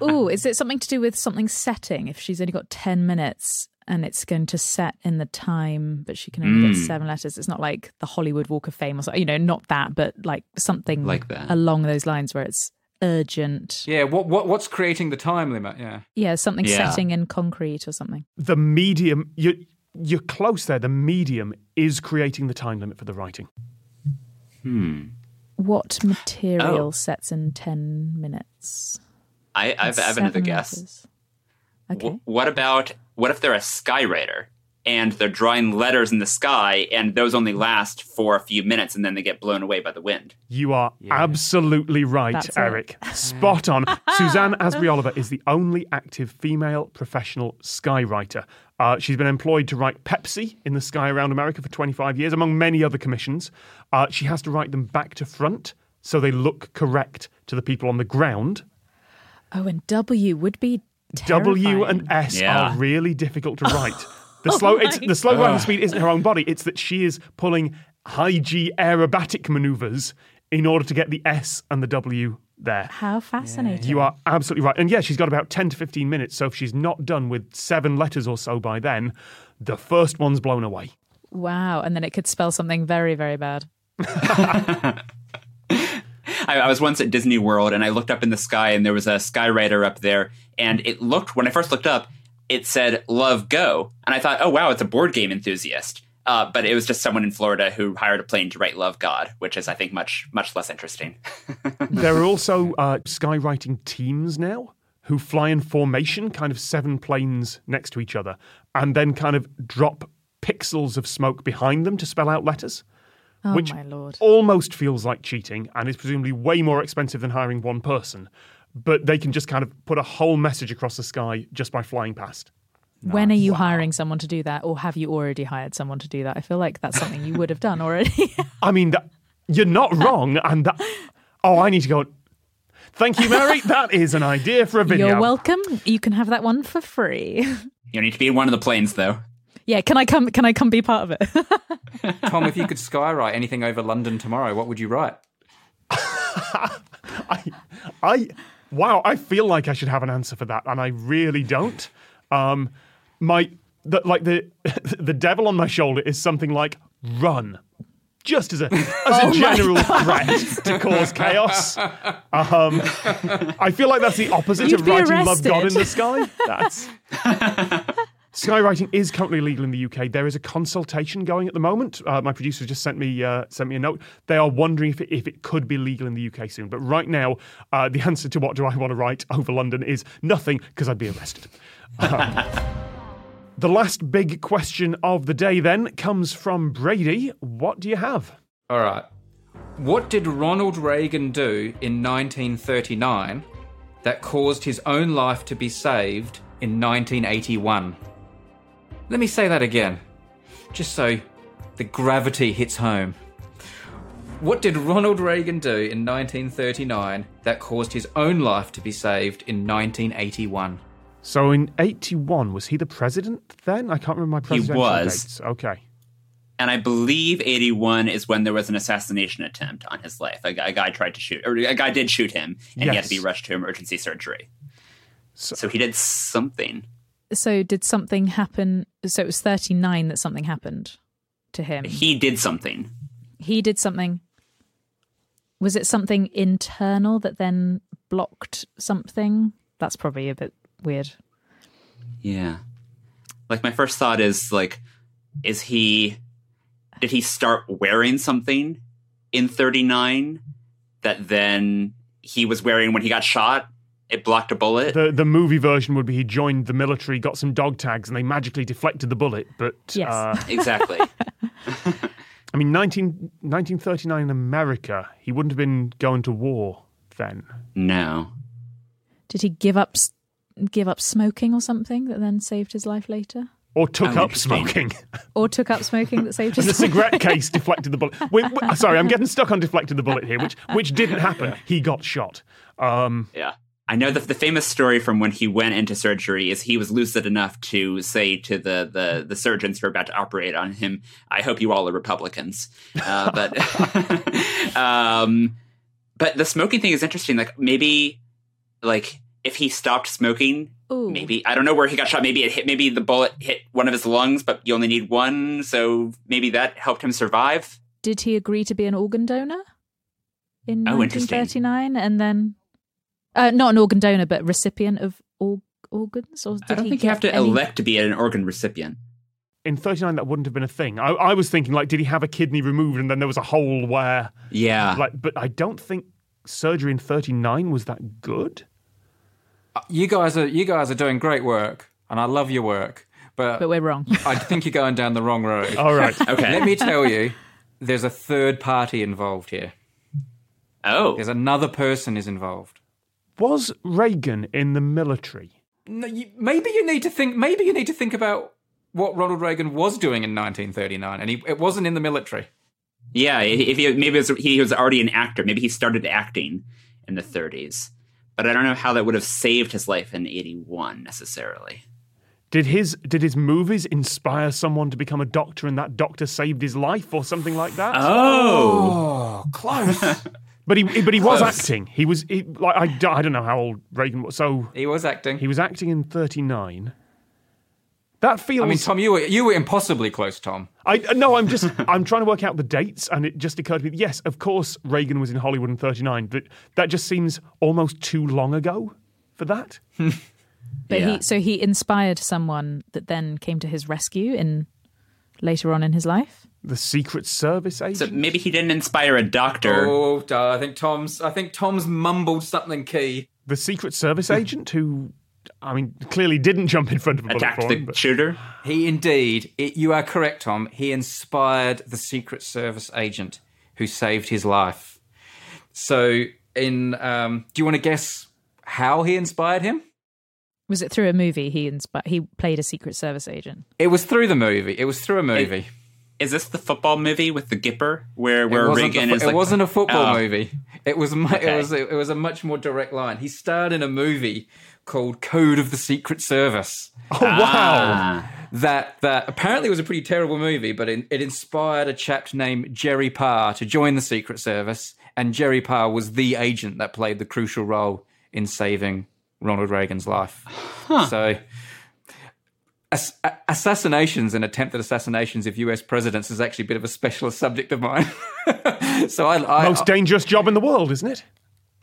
Speaker 3: Ooh, is it something to do with something setting? If she's only got ten minutes and it's going to set in the time, but she can only
Speaker 4: Hmm.
Speaker 3: get seven letters. It's not like the Hollywood Walk of Fame or something. You know, not that, but like something
Speaker 4: Like that.
Speaker 3: along those lines where it's urgent.
Speaker 2: Yeah. What what what's creating the time limit? Yeah.
Speaker 3: Yeah, something
Speaker 4: Yeah.
Speaker 3: setting in concrete or something.
Speaker 1: The medium, you you're close there. The medium is creating the time limit for the writing.
Speaker 3: What material
Speaker 4: Oh.
Speaker 3: sets in ten minutes?
Speaker 4: I, I've, I have another
Speaker 3: Seven
Speaker 4: guess.
Speaker 3: letters.
Speaker 4: W-
Speaker 3: Okay.
Speaker 4: what about what if they're a skywriter and they're drawing letters in the sky and those only last for a few minutes and then they get blown away by the wind?
Speaker 1: You are absolutely right,
Speaker 3: That's it.
Speaker 1: Eric. Spot on. Suzanne Asbury Oliver is the only active female professional skywriter. Uh, she's been employed to write Pepsi in the sky around America for 25 years, among many other commissions. Uh, she has to write them back to front so they look correct to the people on the ground.
Speaker 3: Oh, and W would be
Speaker 1: W
Speaker 3: terrifying. Oh
Speaker 1: and S
Speaker 4: Yeah.
Speaker 1: are really difficult to write. The slow, it's,
Speaker 3: my
Speaker 1: the slow writing speed isn't her own body. It's that she is pulling high G aerobatic maneuvers in order to get the S and the W there.
Speaker 3: How fascinating!
Speaker 1: You are absolutely right. And yeah, she's got about 10 to 15 minutes. So if she's not done with seven letters or so by then, the first one's blown away.
Speaker 3: Wow, and then it could spell something very, very bad.
Speaker 4: I, I was once at Disney World and I looked up in the sky and there was a skywriter up there and it looked when I first looked up it said Love Go and I thought oh wow it's a board game enthusiast. Uh, but it was just someone in Florida who hired a plane to write Love God, which is, I think, much much less interesting.
Speaker 1: there are also uh, skywriting teams now who fly in formation, kind of seven planes next to each other, and then kind of drop pixels of smoke behind them to spell out letters.
Speaker 3: Oh
Speaker 1: Which-
Speaker 3: my lord!
Speaker 1: Almost feels like cheating and is presumably way more expensive than hiring one person. But they can just kind of put a whole message across the sky just by flying past.
Speaker 3: When are you hiring someone to do that, or have you already hired someone to do that? I feel like that's something you would have done already.
Speaker 1: I mean, that, you're not wrong. And that, oh, I need to go. Thank you, Mary. That is an idea for a video.
Speaker 3: You're welcome. You can have that one for free.
Speaker 4: you need to be in one of the planes, though.
Speaker 3: Yeah, can I come? Can I come be part of it?
Speaker 2: Tom, if you could skywrite anything over London tomorrow, what would you write?
Speaker 1: I, I, wow, I feel like I should have an answer for that, and I really don't. Um, my, the, like the, the devil on my shoulder is something like run, just as a as
Speaker 3: Oh
Speaker 1: a general threat to cause chaos. Um, I feel like that's the opposite
Speaker 3: You'd
Speaker 1: of
Speaker 3: be
Speaker 1: writing "Love God in
Speaker 3: arrested.
Speaker 1: the Sky." That's. Skywriting is currently legal in the UK. There is a consultation going at the moment. Uh, my producer just sent me uh, sent me a note. They are wondering if it, if it could be legal in the UK soon. But right now, uh, the answer to what do I want to write over London is nothing because I'd be arrested. Um, the last big question of the day then comes from Brady. What do you have?
Speaker 2: All right. What did Ronald Reagan do in 1939 that caused his own life to be saved in 1981? Let me say that again, just so the gravity hits home. What did Ronald Reagan do in 1939 that caused his own life to be saved in 1981?
Speaker 1: So in '81 was he the president then? I can't remember my presidential
Speaker 4: was.
Speaker 1: dates. Okay.
Speaker 4: And I believe 81 is when there was an assassination attempt on his life. A, a guy tried to shoot, or a guy did shoot him, and he had
Speaker 1: Yes.
Speaker 4: to be rushed to emergency surgery.
Speaker 1: So-
Speaker 4: so he did something.
Speaker 3: so did something happen? So it was thirty nine that something happened to him.
Speaker 4: He did something.
Speaker 3: he did something was it something internal that then blocked something that's probably a bit weird
Speaker 4: Yeah. Like my first thought is like, is he? Did he start wearing something in '39 that then he was wearing when he got shot? It blocked a bullet.
Speaker 1: The the movie version would be he joined the military, got some dog tags, and they magically deflected the bullet. But
Speaker 3: Yes.
Speaker 1: uh,
Speaker 4: exactly.
Speaker 1: I mean, 19, 1939 in America, he wouldn't have been going to war then.
Speaker 4: No.
Speaker 3: did he give up s- give up smoking or something that then saved his life later
Speaker 1: Or took
Speaker 4: Oh,
Speaker 1: up
Speaker 4: interesting.
Speaker 1: smoking.
Speaker 3: or took up smoking that saved his
Speaker 1: the
Speaker 3: life
Speaker 1: cigarette case deflected the bullet. Wait, wait, sorry, I'm getting stuck on deflected the bullet here, which which didn't happen. He got shot. Um,
Speaker 4: Yeah. I know the, the famous story from when he went into surgery is he was lucid enough to say to the, the, the surgeons who are about to operate on him, I hope you all are Republicans. Uh, but, um, but the smoking thing is interesting. Like maybe, like if he stopped smoking,
Speaker 3: Ooh.
Speaker 4: maybe, I don't know where he got shot. Maybe it hit, maybe the bullet hit one of his lungs, but you only need one. So maybe that helped him survive.
Speaker 3: did he agree to be an organ donor in
Speaker 4: Oh, interesting.
Speaker 3: 1939 and then uh, not an organ donor but recipient of org- organs or did
Speaker 4: I don't
Speaker 3: he
Speaker 4: think you have
Speaker 3: get
Speaker 4: to
Speaker 3: any-
Speaker 4: elect to be an organ recipient.
Speaker 1: in 39, that wouldn't have been a thing. I, I was thinking, like, did he have a kidney removed and then there was a hole where,
Speaker 4: Yeah.
Speaker 1: like, but I don't think surgery in 39 was that good.
Speaker 2: Uh, You guys are you guys are doing great work, and I love your work, but,
Speaker 3: but we're wrong
Speaker 2: I think you're going down the wrong road.
Speaker 1: All right.
Speaker 4: okay.
Speaker 2: Let me tell you, there's a third party involved here.
Speaker 4: oh.
Speaker 2: There's another person is involved.
Speaker 1: was Reagan in the military?
Speaker 2: No, you, maybe you need to think. Maybe you need to think about what Ronald Reagan was doing in 1939, and he, it wasn't in the military.
Speaker 4: Yeah, i- if he, maybe it was, he was already an actor. Maybe he started acting in the 30s, but I don't know how that would have saved his life in 81 necessarily.
Speaker 1: Did his did his movies inspire someone to become a doctor, and that doctor saved his life, or something like that?
Speaker 4: Oh,
Speaker 2: Oh, close.
Speaker 1: but he but he was
Speaker 4: Close.
Speaker 1: acting. He was he, like I, don't- I don't know how old Reagan was. So
Speaker 2: he was acting.
Speaker 1: he was acting in thirty nine. That feels.
Speaker 2: I mean, Tom, you were you were impossibly close, Tom.
Speaker 1: I no, I'm just I'm trying to work out the dates, and it just occurred to me. Yes, of course, Reagan was in Hollywood in thirty nine, but that just seems almost too long ago for that.
Speaker 3: But
Speaker 4: Yeah.
Speaker 3: he so he inspired someone that then came to his rescue in later on in his life.
Speaker 1: The Secret Service
Speaker 4: so
Speaker 1: agent.
Speaker 4: maybe he didn't inspire a doctor.
Speaker 2: Oh, duh, I think Tom's. I think Tom's mumbled something key.
Speaker 1: the Secret Service agent who, I mean, clearly didn't jump in front of a bullet
Speaker 4: Attacked
Speaker 1: for
Speaker 4: the
Speaker 1: him, but-
Speaker 4: shooter.
Speaker 2: He indeed. It, you are correct, Tom. He inspired the Secret Service agent who saved his life. So, in um, do you want to guess how he inspired him?
Speaker 3: Was it through a movie he inspi- he played a secret service agent?
Speaker 2: It was through the movie. It was through a movie.
Speaker 4: Is this the football movie with the Gipper where
Speaker 2: it
Speaker 4: where
Speaker 2: wasn't, the
Speaker 4: Reagan
Speaker 2: fu-
Speaker 4: is?
Speaker 2: it
Speaker 4: like,
Speaker 2: wasn't a football
Speaker 4: Oh.
Speaker 2: movie. It was mu- it
Speaker 4: Okay.
Speaker 2: was it was a much more direct line. He starred in a movie called Code of the Secret Service.
Speaker 1: Oh wow!
Speaker 4: Ah,
Speaker 2: that that apparently was a pretty terrible movie, but it, it inspired a chap named Jerry Parr to join the Secret Service, and Jerry Parr was the agent that played the crucial role in saving Ronald Reagan's life. So. ass- a- Assassinations and attempted assassinations of U.S. presidents is actually a bit of a specialist subject of mine. so I, I,
Speaker 1: Most dangerous job in the world, isn't it?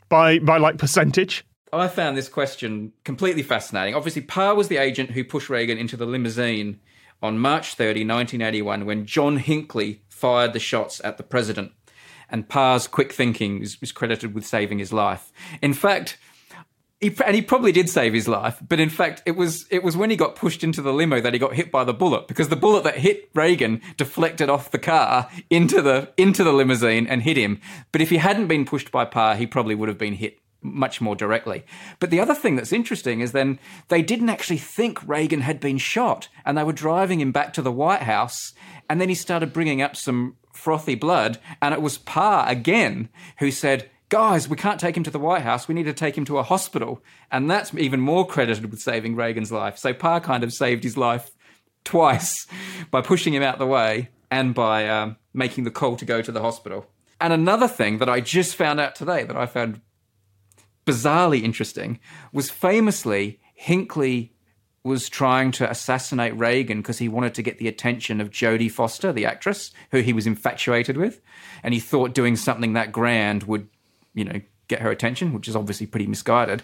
Speaker 1: By by like percentage.
Speaker 2: I found this question completely fascinating. Obviously, Parr was the agent who pushed Reagan into the limousine on March 30, 1981, when John Hinckley fired the shots at the president. And Parr's quick thinking is, is credited with saving his life. In fact, he, and he probably did save his life, but in fact, it was it was when he got pushed into the limo that he got hit by the bullet because the bullet that hit Reagan deflected off the car into the into the limousine and hit him. But if he hadn't been pushed by Parr, he probably would have been hit much more directly. But the other thing that's interesting is then they didn't actually think Reagan had been shot, and they were driving him back to the White House, and then he started bringing up some frothy blood, and it was Parr again who said. Guys, we can't take him to the White House. We need to take him to a hospital. And that's even more credited with saving Reagan's life. So Parr kind of saved his life twice by pushing him out the way and by um, making the call to go to the hospital. And another thing that I just found out today that I found bizarrely interesting was famously Hinckley was trying to assassinate Reagan because he wanted to get the attention of Jodie Foster, the actress who he was infatuated with, and he thought doing something that grand would, you know, get her attention, which is obviously pretty misguided.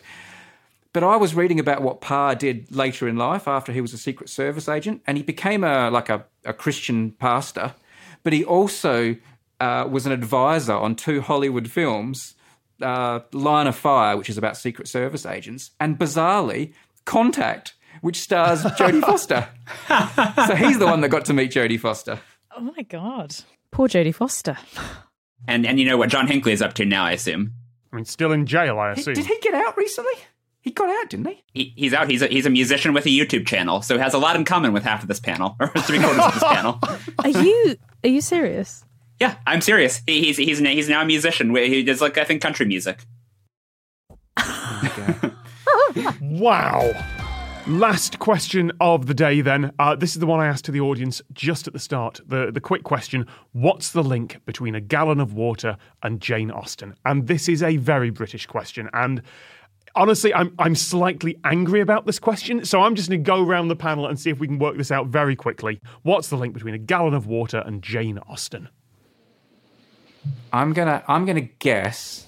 Speaker 2: But I was reading about what Parr did later in life after he was a Secret Service agent, and he became a like a, a Christian pastor. But he also uh, was an advisor on two Hollywood films, uh, Line of Fire, which is about Secret Service agents, and bizarrely, Contact, which stars Jodie Foster. so he's the one that got to meet Jodie Foster.
Speaker 3: Oh my god. Poor Jodie Foster.
Speaker 4: And and you know what John Hinckley is up to now, I assume.
Speaker 1: I mean, still in jail, I assume.
Speaker 2: Did he get out recently? He got out, didn't he?
Speaker 4: He, he's out. He's a, he's a musician with a YouTube channel, so he has a lot in common with half of this panel, or three quarters of this panel.
Speaker 3: Are you are you serious?
Speaker 4: Yeah, I'm serious. He, he's he's now- he's now a musician. He does like I think country music.
Speaker 1: Wow. Last question of the day, then. Uh, this is the one I asked to the audience just at the start. The, the quick question What's the link between a gallon of water and Jane Austen? And this is a very British question. And honestly, I'm, I'm slightly angry about this question. So I'm just going to go around the panel and see if we can work this out very quickly. What's the link between a gallon of water and Jane Austen?
Speaker 2: I'm gonna I'm gonna guess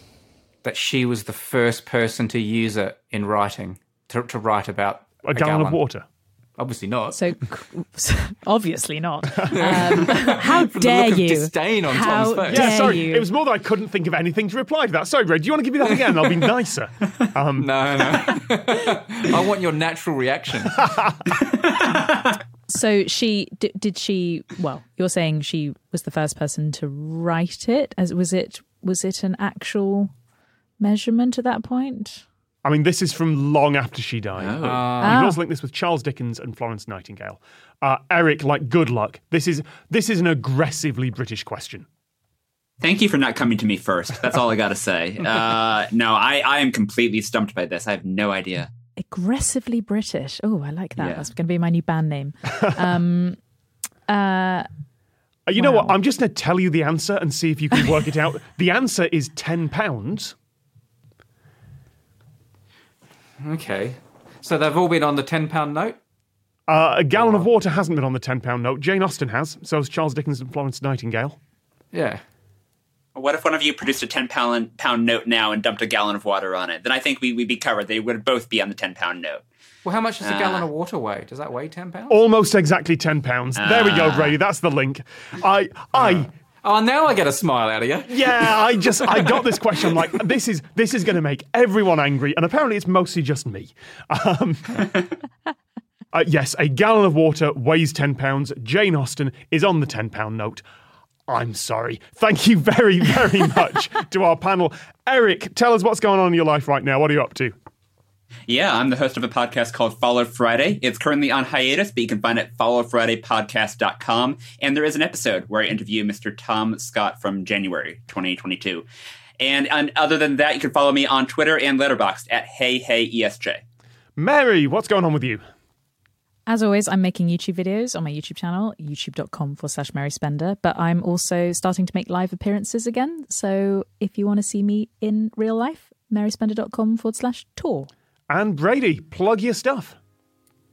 Speaker 2: that she was the first person to use it in writing to, to write about
Speaker 1: A, gallon, of water.
Speaker 2: Obviously not.
Speaker 3: So c- obviously not. Um, how dare
Speaker 2: look of
Speaker 3: you?
Speaker 2: disdain on
Speaker 3: how
Speaker 2: Tom's face.
Speaker 1: Yeah,
Speaker 3: dare
Speaker 1: sorry.
Speaker 3: you?
Speaker 1: It was more that I couldn't think of anything to reply to that. Sorry, Red, do you want to give me that again? I'll be nicer.
Speaker 2: no, no. I want your natural reaction.
Speaker 3: So she d- did she? Well, you're saying she was the first person to write it. As was it? Was it an actual measurement at that point?
Speaker 1: I mean, this is from long after she died. You
Speaker 3: Ah.
Speaker 1: can also link this with Charles Dickens and Florence Nightingale. Uh, Eric, like, good luck. This is this is an aggressively British question.
Speaker 4: Thank you for not coming to me first. That's all I gotta say. Uh, no, I, I am completely stumped by this. I have no idea.
Speaker 3: Aggressively British. Oh, I like that.
Speaker 4: Yeah.
Speaker 3: That's going to be my new band name.
Speaker 1: Uh, you know what? I'm just going to tell you the answer and see if you can work it out. The answer is ten pounds.
Speaker 2: okay. So they've all been on the ten pound note.
Speaker 1: Uh, a gallon of water hasn't been on the ten pound note. Jane Austen has. So has Charles Dickens and Florence Nightingale.
Speaker 2: Yeah.
Speaker 4: What if one of you produced a ten pound pound note now and dumped a gallon of water on it? Then I think we would be covered. They would both be on the ten pound note.
Speaker 2: Well, how much does a gallon of water weigh? Does that weigh ten pounds?
Speaker 1: Almost exactly ten pounds. there we go, Brady. That's the link. I I.
Speaker 2: Oh, now I get a smile out of you.
Speaker 1: Yeah, I just I got this question. I'm like, this is this is going to make everyone angry, and apparently it's mostly just me. Um, uh, yes, a gallon of water weighs ten pounds. Jane Austen is on the ten pound note. I'm sorry. Thank you very very much to our panel. Eric, tell us what's going on in your life right now. What are you up to?
Speaker 4: Yeah, I'm the host of a podcast called Follow Friday. It's currently on hiatus, but you can find it at followfridaypodcast.com. And there is an episode where I interview Mr. Tom Scott from January 2022. And, and other than that, you can follow me on E Twitter and Letterboxd at Hey Hey ESJ.
Speaker 1: Mary, what's going on with you?
Speaker 3: As always, I'm making YouTube videos on my YouTube channel, youtube.com forward slash Mary Spender, but I'm also starting to make live appearances again. So if you want to see me in real life, maryspender.com forward slash tour.
Speaker 1: And Brady, plug your stuff.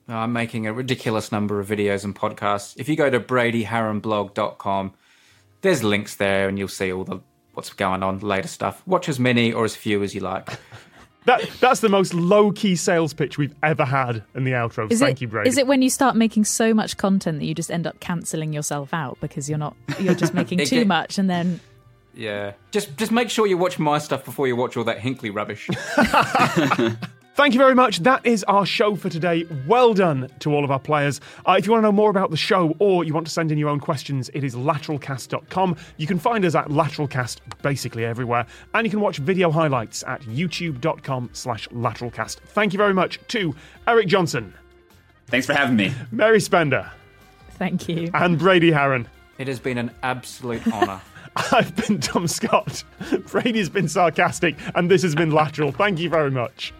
Speaker 2: No, I'm making a ridiculous number of videos and podcasts. If you go to bradyharrenblog.com, there's links there and you'll see all the what's going on, later stuff. Watch as many or as few as you like.
Speaker 1: That that's the most low key sales pitch we've ever had in the outro.
Speaker 3: Is
Speaker 1: Thank
Speaker 3: it,
Speaker 1: you, Brady.
Speaker 3: Is it when you start making so much content that you just end up cancelling yourself out because you're not you're just making
Speaker 2: It
Speaker 3: too
Speaker 2: get-
Speaker 3: much and then
Speaker 2: Yeah. Just just make sure you watch my stuff before you watch all that Hinkley rubbish.
Speaker 1: Thank you very much. That is our show for today. Well done to all of our players. Uh, if you want to know more about the show or you want to send in your own questions, it is lateralcast.com. You can find us at lateralcast basically everywhere. And you can watch video highlights at youtube.com slash lateralcast. Thank you very much to Eric Johnson,
Speaker 4: Thanks for having me.
Speaker 1: Mary Spender,
Speaker 3: thank you.
Speaker 1: and Brady Harron.
Speaker 2: it has been an absolute honour.
Speaker 1: I've been Tom Scott. Brady's been sarcastic, and this has been Lateral. Thank you very much.